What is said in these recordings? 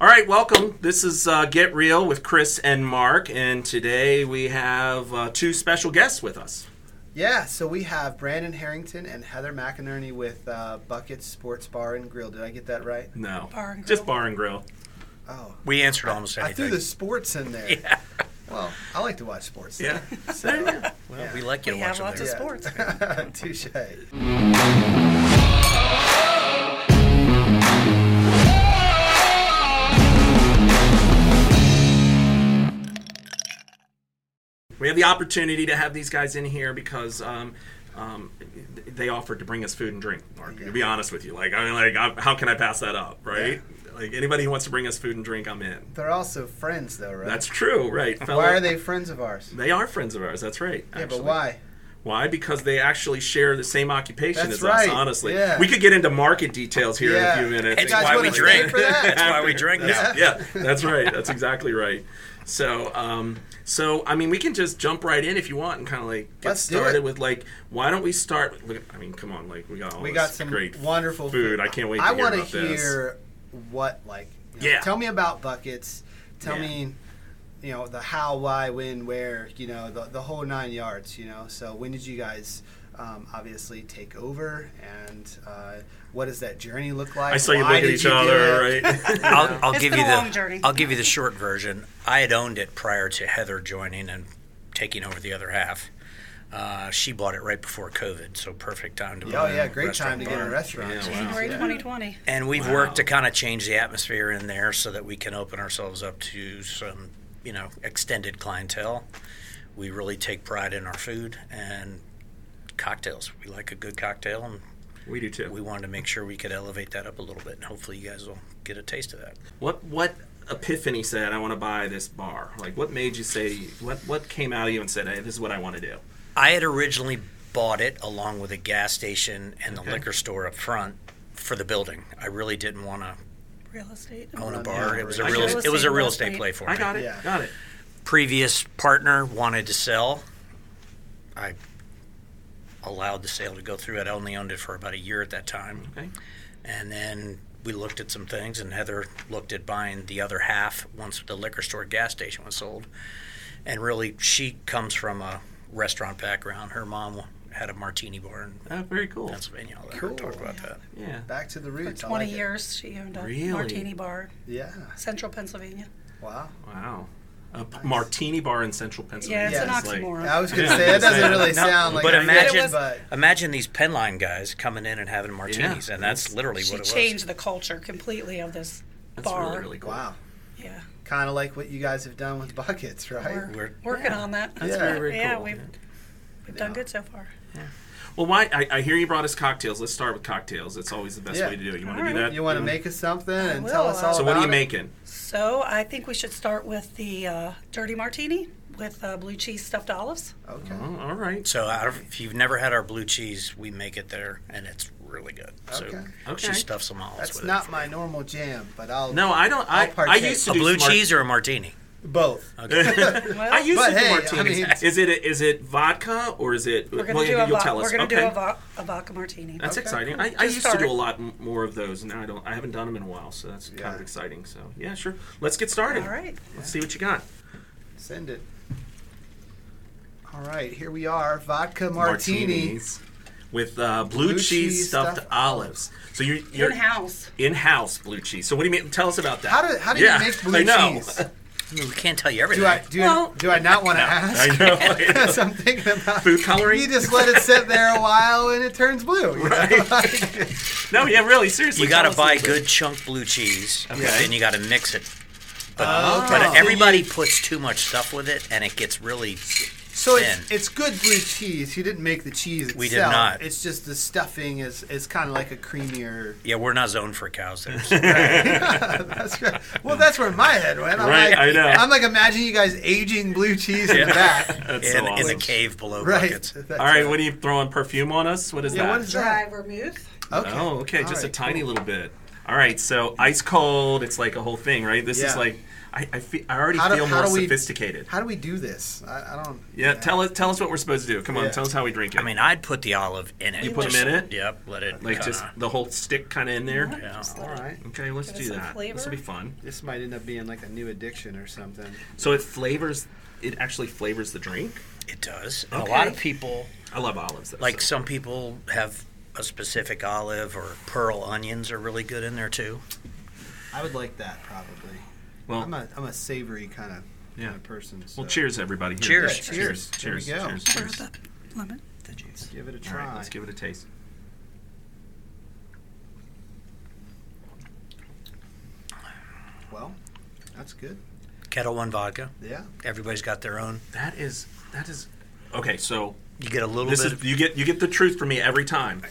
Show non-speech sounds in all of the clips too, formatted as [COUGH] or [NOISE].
All right, welcome. This is uh, Get Real with Chris and Mark, and today we have uh, two special guests with us. Yeah, so we have Brandon Harrington and Heather McInerney with uh, Bucket Sports Bar and Grill. Did I get that right? No, Bar and just grill. bar and grill. Oh, We answered almost I anything. threw the sports in there. Yeah. Well, I like to watch sports. Yeah. [LAUGHS] So, Well, we like you We to have watch them lots of later. [LAUGHS] sports. Touche. We have the opportunity to have these guys in here because um, um, they offered to bring us food and drink. Mark, to be honest with you, like I mean, like I, how can I pass that up, right? Like anybody who wants to bring us food and drink, I'm in. They're also friends, though, right? That's true, right? fellow- why are they friends of ours? They are friends of ours. That's right. Yeah, actually. but why? Why? Because they actually share the same occupation That's as right. us. Honestly, Yeah. we could get into market details here Yeah. in a few minutes. You It's guys why we wanna stay drink. [LAUGHS] for that? That's why we drink now. yeah, that's right. That's exactly right. So, um, so I mean, we can just jump right in if you want, and kind of like get Let's do started it. with like, why don't we start? Look, I mean, come on, like we got all we Oh, this got some great wonderful food. I can't wait. I to hear wanna about this. hear what like. you know, Yeah. Tell me about buckets. Tell Yeah. me, you know, the how, why, when, where. You know, the the whole nine yards. You know, so when did you guys? Um, obviously, take over, and uh, what does that journey look like? I saw you Why look at did each do other, it? [LAUGHS] right? I'll, I'll It's give been you a the long journey. I'll give you the short version. I had owned it prior to Heather joining and taking over the other half. Uh, she bought it right before COVID, so perfect time to Oh buy yeah, a great time restaurant to get a bar. restaurant. Yeah, wow. January 2020. And we've worked to kind of change the atmosphere in there so that we can open ourselves up to some, you know, extended clientele. We really take pride in our food and cocktails. We like a good cocktail, and we do too. we wanted to make sure we could elevate that up a little bit. And hopefully, you guys will get a taste of that. What what epiphany said I want to buy this bar? Like, what made you say? What what came out of you and said, hey, this is what I want to do? I had originally bought it along with a gas station and the liquor store up front for the building. I really didn't want to Real estate. own a bar. It was a Oh, I real got it. it was a real Real estate estate. play for me. I got it. Yeah. Got it. previous partner wanted to sell. I allowed the sale to go through. I'd only owned it for about a year at that time. Okay. And then we looked at some things, and Heather looked at buying the other half once the liquor store gas station was sold. And really, she comes from a restaurant background. Her mom had a martini bar in Oh, very cool. Pennsylvania. I'll let her Cool. talk about that. yeah. Back to the For roots. I 20 like it. years, she owned a Really? martini bar, Yeah. central Pennsylvania. Wow. Wow. A p- martini bar in central Pennsylvania. Yeah, Yes. it's Like- an oxymoron. I was gonna say that doesn't really No, sound like but a imagine- good, but Imagine these Penline guys coming in and having martinis, and that's literally she what it was. changed the culture completely of this That's bar. really, really cool. wow, Yeah, kind of like what you guys have done with buckets, right? we're We're- working Yeah. on that. That's very, very yeah, cool. we've, we've done good so far. Well, why? I, I hear you brought us cocktails. Let's start with cocktails. It's always the best Yeah. way to do it. You want to All do right. that? You want to make us something and will, tell us uh, all So about what are you it? making? So I think we should start with the uh, dirty martini with uh, blue cheese stuffed olives. Okay. Oh, all right. So out of, if you've never had our blue cheese, we make it there, and it's really good. So Okay. Okay. she stuffs some olives That's with not it. my normal jam, but I'll No, I don't. I, I'll I partake. used to a do blue smart- cheese or a martini. both. Uh, Well, I used But to do hey, I martinis. mean- [LAUGHS] is it is it vodka or is it? we're going well, to do, a, you'll vo- tell us. we're gonna okay. do a, vo- a vodka martini. That's Okay. exciting. I, I Just used to do start. a lot m- more of those. Now I don't. I haven't done them in a while, so that's kind of Yeah. exciting. So yeah, sure. Let's get started. All right. Let's see what you got. Send it. All right, here we are, vodka martini. Martinis with uh, blue, Blue cheese, cheese stuffed, stuffed olives. So you're, you're In house. in-house blue cheese. So what do you mean? Tell us about that. How do how do Yeah, you make [LAUGHS] blue I know. cheese? I mean, we can't tell you everything. Do I do, Well- do I not want to ask? I [LAUGHS] know. Because I'm thinking about Food coloring? [LAUGHS] You just let it sit there a while and it turns blue. you know? Like- no, yeah, really, seriously. you got tell to us buy a little bit. good chunk blue cheese, and Okay. Oh. then you got to mix it. But, Okay. but everybody puts too much stuff with it, and it gets really. So it's, Thin. it's good blue cheese. You didn't make the cheese itself. We did not. It's just the stuffing is is kind of like a creamier. [LAUGHS] Yeah, we're not zoned for [LAUGHS] cows there. that's right. Well, that's where my head went. I'm Right, like, I know. I'm like imagining you guys aging blue cheese in [LAUGHS] the back. That's so in, in the awesome. cave below Right. buckets. That's All right, what are you throwing perfume on us? What is Yeah, that? what is that? Dry vermouth. Okay. Oh, okay, All just a right, tiny cool. little bit. All right, so ice cold. It's like a whole thing, right? This Yeah. is like I I, fe- I already How do- feel how more do we- sophisticated. How do we do this? I, I don't. yeah, tell us tell us what we're supposed to do. Come on, Yeah. tell us how we drink it. I mean, uh, I'd put the olive in it. You put 'em Just- in it? Yep. Let it like just kinda- the whole stick kind of in there. Yeah. Just All let it- right. Okay, let's Give it do some that. flavor. This will be fun. This might end up being like a new addiction or something. So it flavors. It actually flavors the drink. It does. And A lot Okay. of people, I love olives. Though, like so. some people, have a specific olive or pearl onions are really good in there too. I would like that probably. well, I'm a I'm a savory kind of Yeah. kind of person. So well, cheers everybody. Here. Cheers. Yeah, cheers, cheers. Here we cheers, go. cheers, Or cheers. the lemon, the juice. Give it a All try. right, let's give it a taste. Well, that's good. Kettle One vodka. Yeah. Everybody's got their own. That is that is okay. So You get a little this bit. is you get you get the truth from me every time.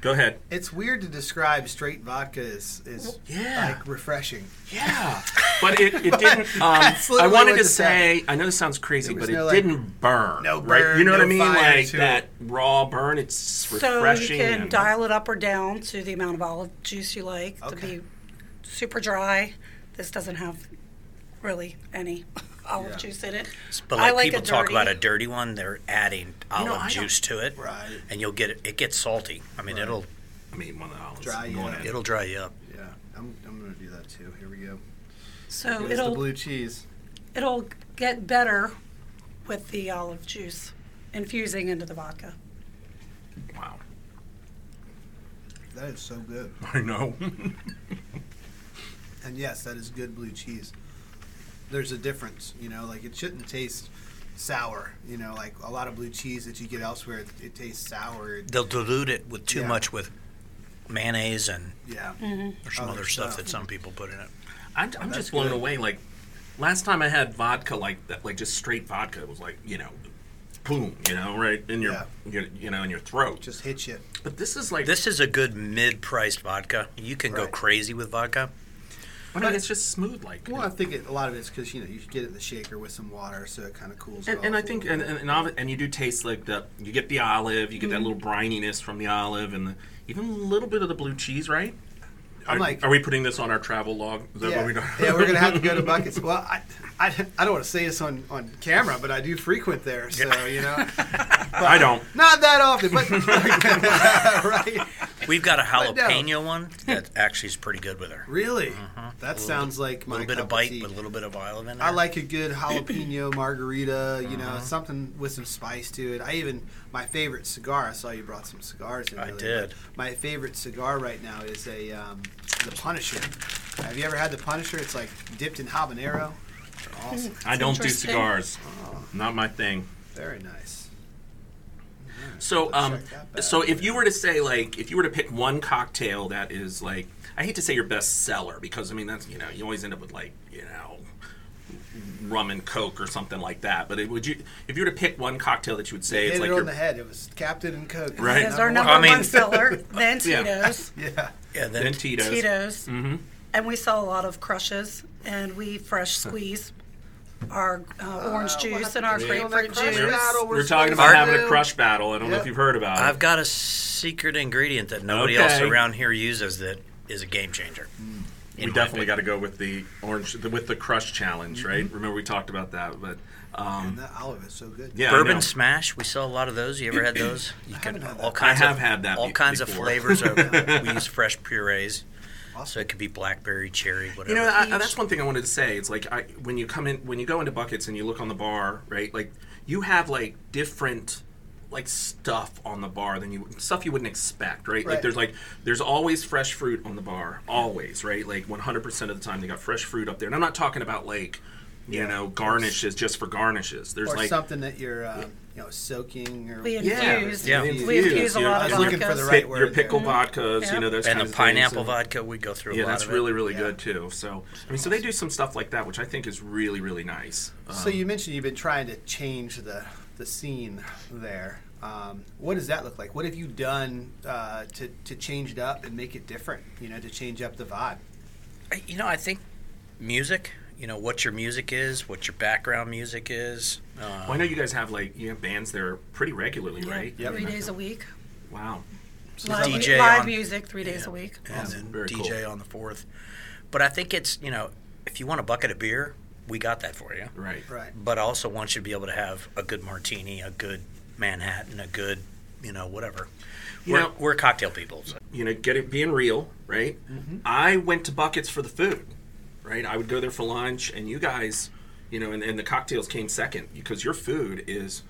Go ahead. It's weird to describe straight vodka as is Yeah. like refreshing. Yeah, but it, [LAUGHS] it didn't. Um, literally I wanted what to this say. I know this sounds crazy, There was but it no, like, didn't burn. no right? You burn, know what no I mean? fire Like to that it. raw burn. It's So refreshing. you can and- dial it up or down to the amount of olive juice you like to Okay. be super dry. This doesn't have really any olive Yeah. juice in it. but I like, like people a talk dirty- about a dirty one, they're adding olive I don't- juice to it, Right. and you'll get it. It gets salty. I mean, it'll I mean, one of the olives. Dry, I'm going yeah. in. it'll dry you up. Yeah. I'm I'm gonna do that too. Here we go. Oh, So Here's the it'll blue cheese. it'll get better with the olive juice infusing into the vodka. [LAUGHS] Wow. That is so good. I know. And yes, that is good blue cheese. There's a difference, you know, like it shouldn't taste sour, you know, like a lot of blue cheese that you get elsewhere, it, it tastes sour. They'll dilute it with too Yeah. much with mayonnaise and Yeah. Mm-hmm. or some Other other stuff stuff. that some people put in it. I'm, I'm that's just blown good. away. Like last time I had vodka like that, like just straight vodka. It was like you know, boom, you know, right in your, Yeah. your you know in your throat. Just hits you. But this is like This is a good mid-priced vodka. You can go Right. crazy with vodka. I mean, it's just smooth like. Well, I think it, a lot of it's because, you know, you get it in the shaker with some water, so it kind of cools it And, off and a I think, little and, bit. and, and, obvi- and you do taste like the, you get the olive, you get Mm-hmm. that little brininess from the olive, and the, even a little bit of the blue cheese, right? I'm are, like- are we putting this on our travel log? Is that yeah. what we do? [LAUGHS] yeah, we're going to have to go [LAUGHS] to Buckets. Well, I, I, I don't want to say this on, on camera, but I do frequent there, so, you know, I don't. not that often, [LAUGHS] but, [LAUGHS] right? We've got a no. jalapeno one that actually is pretty good with her. Uh-huh. A Really? That sounds like my little bit cup of bite tea. with a little bit Uh-huh. of olive in there. I like a good [CLEARS THROAT] jalapeno margarita, you know, something with some spice to it. I even my favorite cigar. I saw you brought some cigars. In I earlier, did. but My favorite cigar right now is a um, the Punisher. Have you ever had the Punisher? It's like dipped in habanero. Awesome. I don't do interesting. cigars. Oh. Not my thing. Very nice. So, Let's um, check that back. so if you were to say like, if you were to pick one cocktail that is like, I hate to say your best seller because I mean that's you know you always end up with like you know rum and coke or something like that. But it, would you if you were to pick one cocktail that you would say Hit it's it like on your the head. It was Captain and Coke. Right. Is our Number number I mean- one seller, then Yeah. Tito's, Yeah. yeah, then, then Tito's. Tito's, and we sell a lot of crushes, and we fresh squeeze our uh, orange juice and our grapefruit Crush juice. battle We're we're talking about supposed having to a do. crush battle. I don't know Yep. if you've heard about it. I've got a secret ingredient that nobody Okay. else around here uses that is a game changer. Mm. in we my definitely opinion. got to go with the orange the, with the crush challenge, right? Mm-hmm. Remember we talked about that, but um, And that Oh, olive is so good. yeah, I Bourbon know. Smash, we sell a lot of those. You ever had those? You haven't had that. all kinds I have of, had that All be- kinds before. of [LAUGHS] flavors. Of, we use fresh purees, so Awesome. it could be blackberry, cherry, whatever. You know, I, I- that's one thing I wanted to say. It's like I, when you come in, when you go into buckets and you look on the bar, right? Like you have like different like stuff on the bar than you stuff you wouldn't expect, right? Like Right. there's like there's always fresh fruit on the bar, always, right? Like 100% of the time they got fresh fruit up there, and I'm not talking about like you know garnishes just for garnishes. There's Or like something that you're, um, you know, soaking or We Yeah. infuse. Yeah. We infuse a you know, lot I of was looking for vodkas. the pick- right your word pickle there. vodkas, Yeah. you know, those and kinds the of things. pineapple And- vodka, we go through a Yeah, lot that's of it. really, really Yeah. good too. So, I mean, so they do some stuff like that, which I think is really, really nice. Um, So you mentioned you've been trying to change the the scene there. Um, what does that look like? What have you done uh, to to change it up and make it different? You know, to change up the vibe. I- You know, I think music. You know what your music is, what your background music is. Uh, Well, I know you guys have like you have bands there pretty regularly, right? Yep. Three days a week. Wow. So Live, DJ live on- music three days a week. and Awesome. then Very DJ on the fourth. But I think it's you know if you want a bucket of beer, we got that for you. Right. Right. But I also want you to be able to have a good martini, a good Manhattan, a good you know whatever. You we're, know- we're cocktail people. so- you know, getting being real, right? Mm-hmm. I went to Buckets for the food, right? I would go there for lunch, and you guys, you know, and, and the cocktails came second because your food is.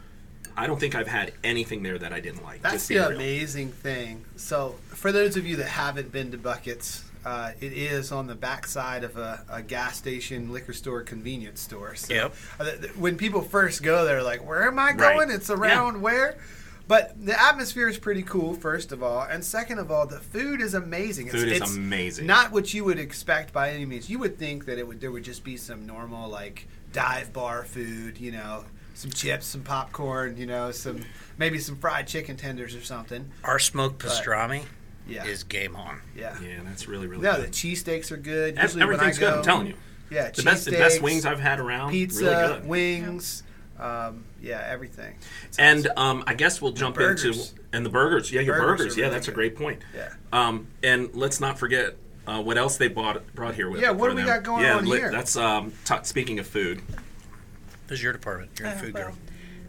I don't think I've had anything there that I didn't like. That's just being the real. amazing thing. So, for those of you that haven't been to Buckets, uh, it is on the backside of a, a gas station, liquor store, convenience store. So Yep. uh, th- th- when people first go, they're like, "Where am I Right. going? It's around where?" But the atmosphere is pretty cool, first of all, and second of all, the food is amazing. Food is amazing. Not what you would expect by any means. You would think that it would there would just be some normal like dive bar food, you know, some chips, some popcorn, you know, some maybe some fried chicken tenders or something. Our smoked pastrami Yeah. is game on. yeah. Yeah, that's really really. No, the good. cheesesteaks are good. Ev- Usually Everything's when I good. go, I'm telling you, Yeah, the best the best wings I've had around. really pizza, good. wings, um, yeah, everything. It's And um, I guess we'll jump into burgers. and the burgers. Yeah, your Burgers are burgers. yeah, really that's a good. great point. Yeah. Um, and let's not forget uh, what else they bought brought here with. Yeah, it what for do we them. got going yeah, on here? That's um, t- speaking of food. This is your department. You're a Uh, food well, girl.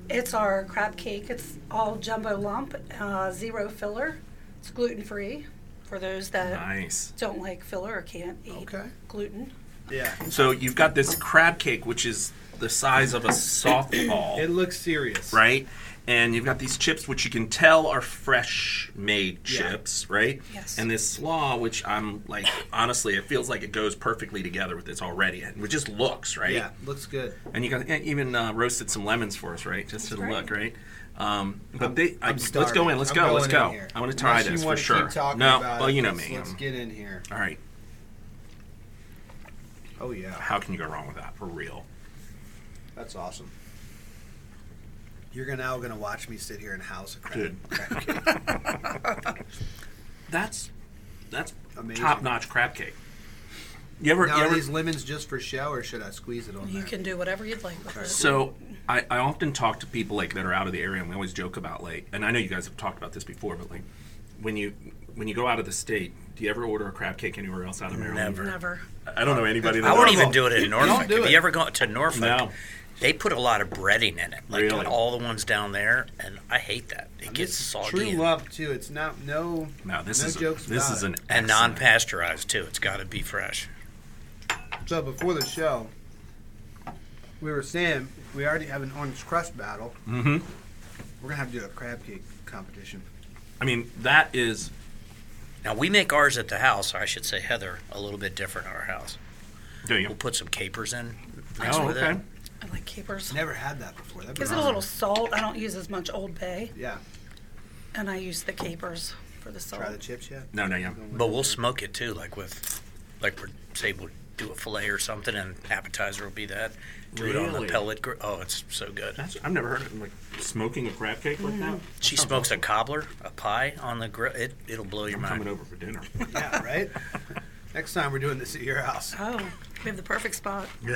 It's our crab cake. It's all jumbo lump, uh, zero filler. It's gluten free for those that Nice. don't like filler or can't eat Okay. gluten. Yeah, So you've got this crab cake, which is the size of a softball, it looks serious. right? And you've got these chips, which you can tell are fresh made Yeah. chips, right? Yes. And this slaw, which I'm like, honestly, it feels like it goes perfectly together with this already. And it just looks, right? Yeah, looks good. And you got and even uh, roasted some lemons for us, right? Just to the right. look, right? Um, but they, I, I'm let's go starving. in. Let's I'm go. going Let's in go. here. I want to try Unless you this for wanna keep sure. talking no, about well, it, you know let's- me. Let's I'm- get in here. all right. Oh yeah, How can you go wrong with that? For real. that's awesome. You're gonna, now gonna watch me sit here and house a crab. Dude. crab [LAUGHS] cake. That's that's Amazing. top notch crab cake. You ever, Now you are ever these lemons just for show, or should I squeeze it on You there? can do whatever you'd like with [LAUGHS] it. so I, I often talk to people like that are out of the area and we always joke about like and I know you guys have talked about this before, but like when you when you go out of the state, do you ever order a crab cake anywhere else out of Maryland? Never. Never. I don't know anybody that I won't does. even do it in Norfolk. do Have it. you ever gone to Norfolk? No. They put a lot of breading in it, like Really? all the ones down there, and I hate that. It gets It's soggy True and- love too. It's not no. No, this no is jokes. this about is it. an and excellent- non-pasteurized too. It's got to be fresh. So before the show, we were saying we already have an orange crust battle. Mm-hmm. We're gonna have to do a crab cake competition. I mean, that is Now we make ours at the house, or I should say Heather, a little bit different at our house. do you? We'll put some capers in. mix Oh, with okay. It. I like capers. Never had that before. That'd be Gives it a awesome. little salt. I don't use as much Old Bay, Yeah. and I use the capers for the salt. Try the chips yet? No, no, yeah. But we'll smoke it too, like with, like we're say we'll do a fillet or something, and appetizer will be that. Do it on the Really? pellet. Gr- oh, it's so good. That's, I've never heard of like smoking a crab cake Mm-hmm. like that. She smokes a cobbler, a pie on the grill. It it'll blow your Coming mind. over for dinner. [LAUGHS] Yeah. Right. Next time we're doing this at your house. Oh, we have the perfect spot. Yeah.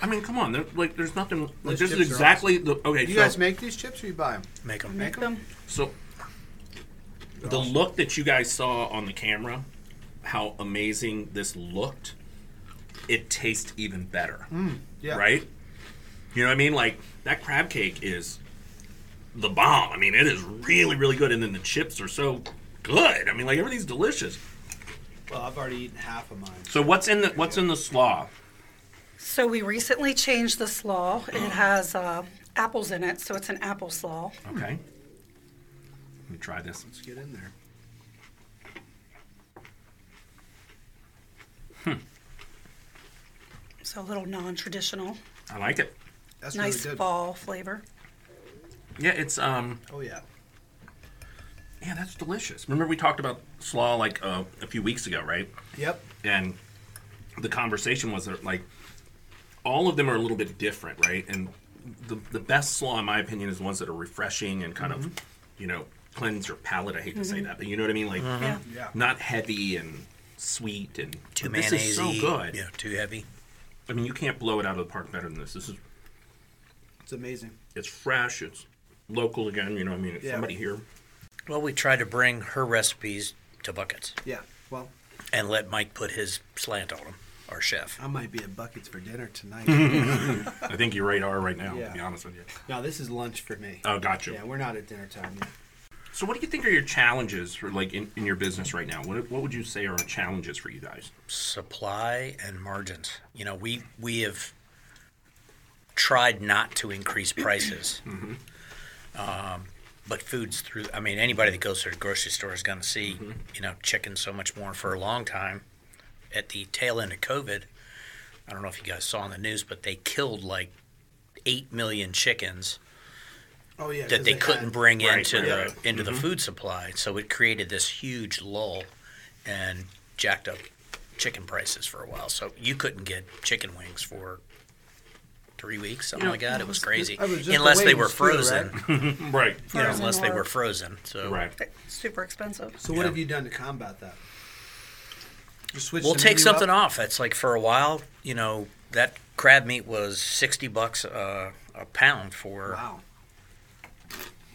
I mean, come on. There, like, there's nothing. Like, Those this is chips are exactly the okay. You so, guys make these chips or you buy them? Make 'em. Make them. so the look that you guys saw on the camera, how amazing this looked. It tastes even better, Mm. Yeah. right? You know what I mean? Like that crab cake is the bomb. I mean, it is really, really good, and then the chips are so good. I mean, like everything's delicious. Well, I've already eaten half of mine. So what's in the what's in the slaw? So we recently changed the slaw. It has uh, apples in it, so it's an apple slaw. Okay. Hmm. Let me try this. Let's get in there. So a little non-traditional, I like it. That's nice really good. fall flavor. Yeah, it's um Oh yeah. yeah, that's delicious. Remember we talked about slaw like uh, a few weeks ago, right? Yep. And the conversation was that like all of them are a little bit different, right? And the the best slaw in my opinion is the ones that are refreshing and kind of, Mm-hmm. you know, cleanse your palate. I hate to say that, but you know what I mean? Like Yeah. Yeah. not heavy and sweet and Too but this mayonnaise. is so good. Yeah, too heavy. I mean, you can't blow it out of the park better than this. This is It's amazing. it's fresh, it's local again, you know what I mean? It's Yeah. somebody here. Well, we try to bring her recipes to buckets Yeah. Well, and let Mike put his slant on them, our chef. I might be at Buckets for dinner tonight. I think you right are right now, Yeah. to be honest with you. no, this is lunch for me. Oh, gotcha. Yeah, we're not at dinner time yet. So, what do you think are your challenges for like in, in your business right now? What what would you say are challenges for you guys? Supply and margins. You know, we we have tried not to increase prices, um, but foods through. I mean, anybody that goes to the grocery store is going to see you know chicken so much more for a long time. At the tail end of COVID, I don't know if you guys saw on the news, but they killed like eight million chickens. Oh yeah, that 'cause they had- couldn't bring Right, into right, the right. Mm-hmm. into the food supply. So it created this huge lull and jacked up chicken prices for a while. So you couldn't get chicken wings for three weeks, something like that. It was crazy, I was just the unless they were wings too, frozen. right? Right. Yeah, Frozen unless they or- were frozen. So Right. Super expensive. So what Yeah. have you done to combat that? Just switch we'll the take menu something up? off. That's like for a while, you know, that crab meat was sixty bucks uh, a pound for Wow.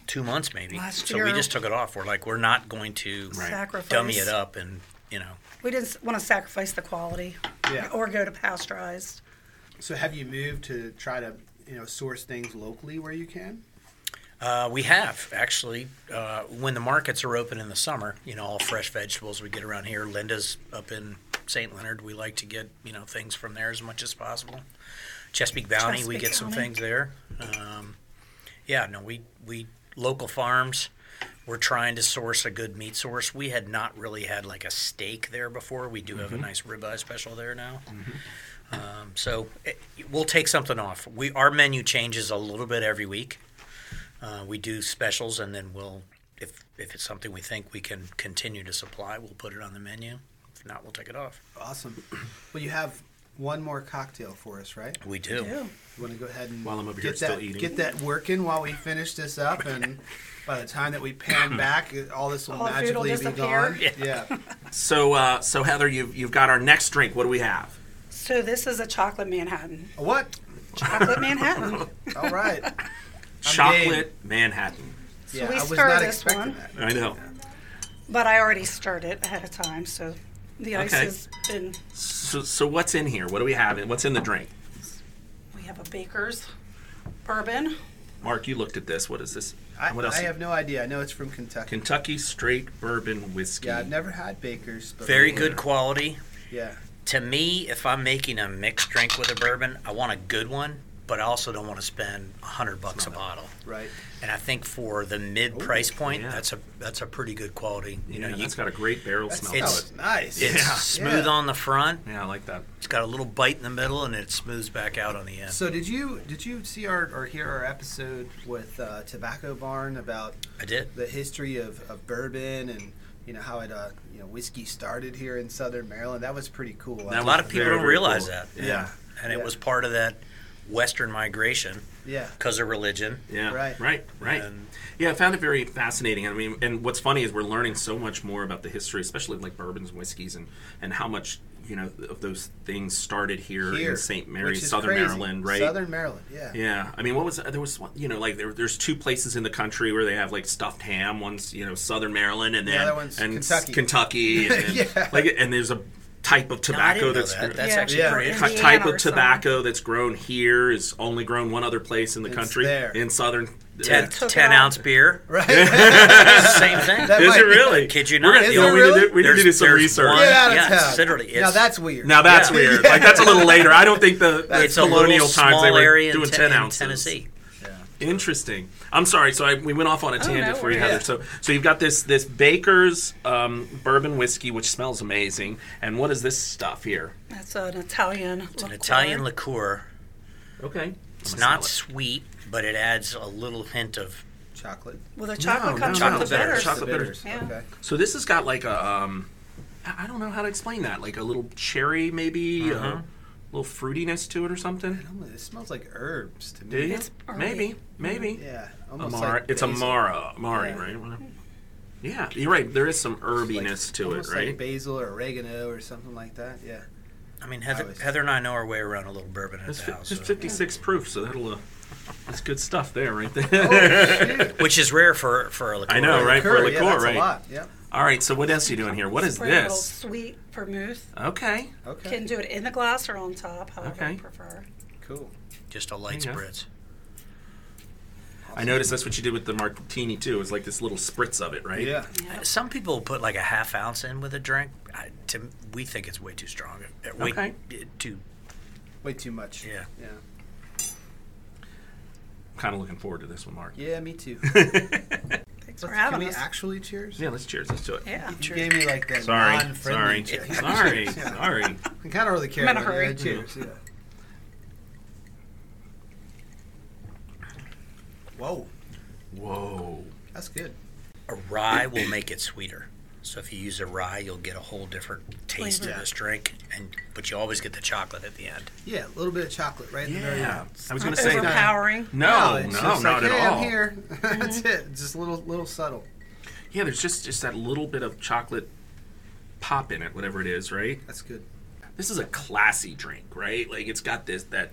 two months maybe. Last so we year- just took it off. We're like, we're not going to Right. Sacrifice. dummy it up and you know We didn't want to sacrifice the quality Yeah. or go to pasteurized. So have you moved to try to you know source things locally where you can? Uh, we have actually. Uh, when the markets are open in the summer, you know, all fresh vegetables we get around here. Linda's up in St. Leonard. We like to get you know things from there as much as possible. Chesapeake Bounty, we Chesapeake get some County. things there. Um, yeah, no, we we local farms. We're trying to source a good meat source. We had not really had like a steak there before. We do have a nice ribeye special there now. Um, so it, we'll take something off. We our menu changes a little bit every week. Uh, we do specials, and then we'll if if it's something we think we can continue to supply, we'll put it on the menu. If not, we'll take it off. Awesome. Well, you have one more cocktail for us, right? We do. Yeah. You want to go ahead and While I'm over get here that still eating. get that working while we finish this up, and by the time that we pan back, all this will All the food will magically be disappear. gone. Yeah. So, uh, so Heather, you've you've got our next drink. What do we have? So this is a chocolate Manhattan. What? [LAUGHS] Chocolate Manhattan. All [LAUGHS] right. Chocolate Manhattan. Yeah, we I was stir not this expecting one. that. I know. But I already stirred it ahead of time, so the ice Okay. has been. So, so what's in here? What do we have? in- What's in the drink? We have a baker's bourbon. Mark, you looked at this. What is this? I, what else? I have no idea. I know it's from Kentucky. Kentucky Straight Bourbon Whiskey. yeah, I've never had Baker's. But Very good quality. Yeah. To me, if I'm making a mixed drink with a bourbon, I want a good one, but I also don't want to spend a hundred bucks a bottle. Right. And I think for the mid price point, yeah. that's a that's a pretty good quality. You you know, know, you, it's got a great barrel That smell. smells to it. nice. it's Yeah. smooth Yeah. on the front. Yeah, I like that. It's got a little bite in the middle, and it smooths back out on the end. So did you did you see our or hear our episode with uh, Tobacco Barn about I did. the history of, of bourbon and you know how it uh, you know whiskey started here in Southern Maryland? That was pretty cool. That A was lot of people very, don't very realize cool. that. Yeah. And it Yeah. was part of that Western migration yeah. because of religion. Yeah. Right. Right. Right. And- yeah, I found it very fascinating. I mean, and what's funny is we're learning so much more about the history, especially like bourbons, whiskeys, and and how much you know of those things started here, Here, in St. which Mary's, is Southern crazy. Maryland, right? Southern Maryland. Yeah. Yeah, I mean, what was there was one- you know like there, there's two places in the country where they have like stuffed ham. One's you know Southern Maryland, and then other one's and Kentucky. [LAUGHS] Kentucky, and then, Yeah. like and there's a type of No, tobacco I didn't know that's that. That's Yeah. actually Yeah. pretty Yeah. a interesting. Indiana type or of something. tobacco that's grown here is only grown one other place in the It's country there. in southern. Ten, Yeah. Took ten out. ounce beer. [LAUGHS] Right. [LAUGHS] Same thing. That Is it might be- really? Kid you We're not. gonna- Is you know, it we, need really? to, we need to do There's- some there's research. one- Get out of Yeah, town. literally, now it's- that's weird. Now that's Yeah. [LAUGHS] weird. Like that's a little later. I don't think the, the It's a colonial little times they small were area doing in, Ten- ten in ounces. Tennessee. Interesting. I'm sorry. So I, we went off on a tangent Oh, no for you, worries. Heather. Yeah. So so you've got this this Baker's um, bourbon whiskey, which smells amazing. And what is this stuff here? That's an Italian. It's An Italian liqueur. Okay. It's not sweet, but it adds a little hint of Chocolate. Well, the chocolate no, comes no, from the chocolate bitters. Chocolate bitters. Yeah. Okay. So this has got like a um, I I don't know how to explain that. Like a little cherry, maybe Uh-huh. a little fruitiness to it or something. Oh, It smells like herbs to me. Do you? It's early. maybe, maybe. Yeah. Almost Amara. Oh, like it's basil. Amara, Amari, Yeah. right? Whatever. Yeah, you're right. There is some Like- herbiness to it, almost right? Like basil or oregano or something like that. [LAUGHS] Yeah. I mean, Heather, was- Heather and I know our way around a little bourbon at It's the house. fi- it's so- 56 proof, so that'll uh, That's good stuff there, right there. Oh, which is rare for for a liqueur. I know, right? For Curry, yeah, liqueur, that's right? a lot. Yep. [LAUGHS] All right. So what else are you doing here? What is Spray a little this? sweet vermouth. Okay. Okay. Can do it in the glass or on top, however Okay. you prefer. Cool. Just a light There you go. spritz. I noticed that's what you did with the martini too. Is like this little spritz of it, right? Yeah. Some people put like a half ounce in with a drink. I, to, we think it's way too strong. Uh, Way, Okay. uh, Too. Way too much. Yeah. Yeah. Kind of looking forward to this one, Mark. Yeah. Me [LAUGHS] too. Thanks for Can having we us. actually [LAUGHS] cheers? Yeah. Let's cheers. Let's do it. yeah. You gave me like that Sorry. Sorry. [LAUGHS] non-friendly cheers. Sorry. Sorry. I kind of really care. I'm in a about it. hurry. Yeah, cheers. Yeah. Whoa, Whoa. that's good. A rye will make it sweeter. So if you use a rye, you'll get a whole different taste to Flavor. this drink, and but you always get the chocolate at the [LAUGHS] end. Yeah, a little bit of chocolate right in the very Yeah. end. I was gonna Not say. overpowering. No, no, it's not just like, at hey, all. I'm here. [LAUGHS] that's it. Mm-hmm. It's Just a little, little subtle. Yeah, there's just just that little bit of chocolate pop in it, whatever it is, right? That's good. This is a classy drink, right? Like it's got this that,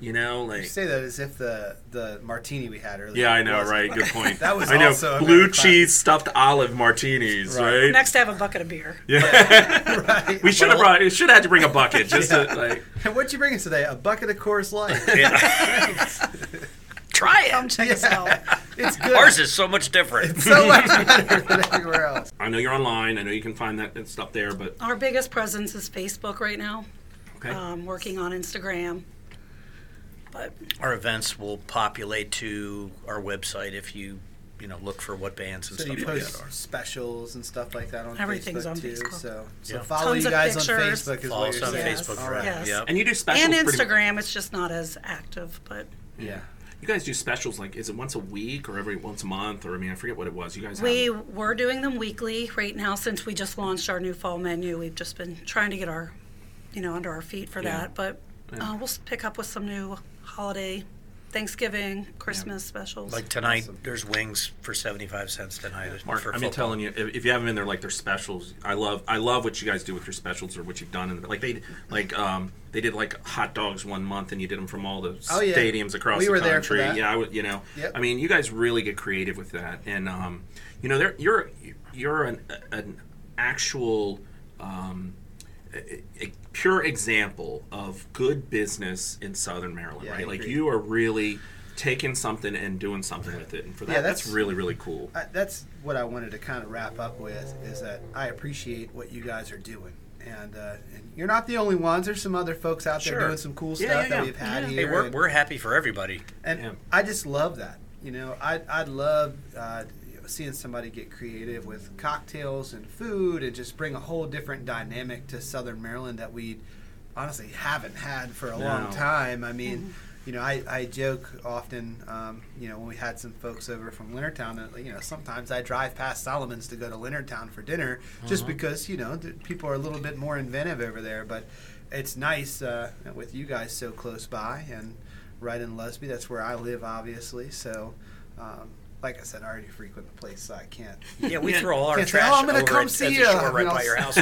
you know, like You say that as if the the martini we had earlier. yeah, I know, was- [LAUGHS] right? Good point. That was I know also a blue very [LAUGHS] classy- cheese stuffed olive martinis, right? Next, I have a bucket of beer. Right. we should have brought. We should have had to bring a bucket just [LAUGHS] to like. What'd you bring us today? A bucket of Coors Light. Try it. Come check us out. it's good. Ours is so much different. [LAUGHS] so much better than everywhere else. I know you're online. I know you can find that and stuff there, but Our biggest presence is Facebook right now. okay. Um, working on Instagram, but our events will populate to our website if you you know look for what bands and So stuff you like post that are. specials and stuff like that on Everything's Facebook on too. Facebook. So, so Yeah. follow Tons you of guys on pictures. Facebook is Follow what us you're on saying. Yes. Facebook All for right. that. Yes. Yep. and you do specials and pretty- Instagram, it's just not as active. But Yeah. You guys do specials like is it once a week or every once a month or I mean I forget what it was. You guys we have, were doing them weekly right now since we just launched our new fall menu. We've just been trying to get our, you know, under our feet for Yeah. that. But uh, we'll s- pick up with some new holiday, Thanksgiving, Christmas specials. Like tonight, there's wings for seventy five cents tonight. Mark, for I've been telling you, if, if you haven't been there, like their specials, I love, I love what you guys do with your specials or what you've done. And like they, like um, they did like hot dogs one month, and you did them from all the Oh, yeah. stadiums across We the were there for country. that. Yeah, I would, you know, Yep. I mean, you guys really get creative with that, and um, you know, there, you're, you're an, an actual. Um, a- a pure example of good business in Southern Maryland, Yeah, I right? Like agree. you are really taking something and doing something with it, and for that, Yeah, that's, that's- really really cool. I, that's what I wanted to kind of wrap up with is that I appreciate what you guys are doing. And, uh, and you're not the only ones. There's some other folks out there Sure. doing some Yeah, cool stuff yeah, that yeah. we've had Hey, here. we're, and- we're happy for everybody. And Yeah. I just love that. You know, I I love uh, you know, seeing somebody get creative with cocktails and food and just bring a whole different dynamic to Southern Maryland that we honestly haven't had for a long No. time. I mean. You know, I, I joke often, um, you know, when we had some folks over from Leonardtown, that, you know, sometimes I drive past Solomon's to go to Leonardtown for dinner just because, you know, th- people are a little bit more inventive over there. But it's nice uh, with you guys so close by and right in Lusby. That's where I live, obviously. So, um, like I said, I already frequent the place, so I can't. Yeah, we throw all our Yeah, say, trash "Oh, I'm gonna over come at, see at the you." shore right You know, by your house.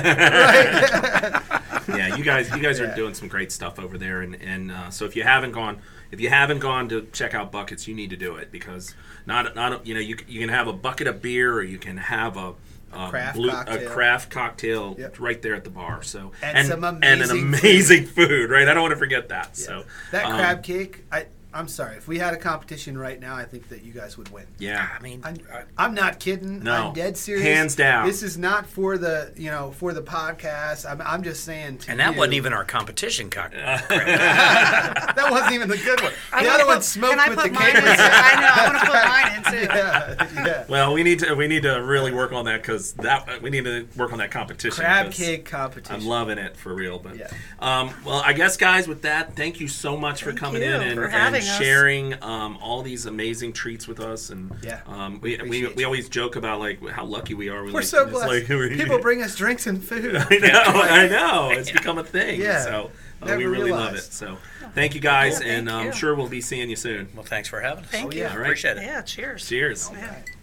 yeah, you guys, you guys are Yeah. doing some great stuff over there, and and uh, so if you haven't gone, if you haven't gone to check out buckets, you need to do it because not not you know you c- you can have a bucket of beer or you can have a. A Craft a cocktail. craft cocktail Yep. right there at the bar. So And some and an amazing food. amazing food. right? I don't want to forget that. So that um, crab cake, I, I'm sorry. If we had a competition right now, I think that you guys would win. Yeah, I mean, I'm, uh, I'm not kidding. No. I'm dead serious. Hands down. This is not for the you know for the podcast. I'm, I'm just saying. To and that you- [LAUGHS] wasn't even our competition cocktail. that wasn't even the good one. The can other put- one smoked can I with put the mine cake. in too? I know. I want to put mine in too. [LAUGHS] yeah, yeah. Well, we need to we need to really work on that because that we need to work on that competition. Crab 'cause- cake competition. I'm loving it for real. But Yeah. um, well, I guess guys, with that, thank you so much for Thank coming you in and, for and having us. sharing um, all these amazing treats with us. And Yeah. um, we, we, Appreciate we you. always joke about like how lucky we are. We're so [LAUGHS] [LAUGHS] blessed. People bring us drinks and food. I know, I know. It's become a thing. [LAUGHS] Yeah. So uh, Never we really love it. realized. So thank you guys, Yeah, and um, thank I'm you. sure we'll be seeing you soon. Well, thanks for having us. Thank Oh, you. yeah. All right. Appreciate it. Yeah. Cheers. Cheers. Yeah.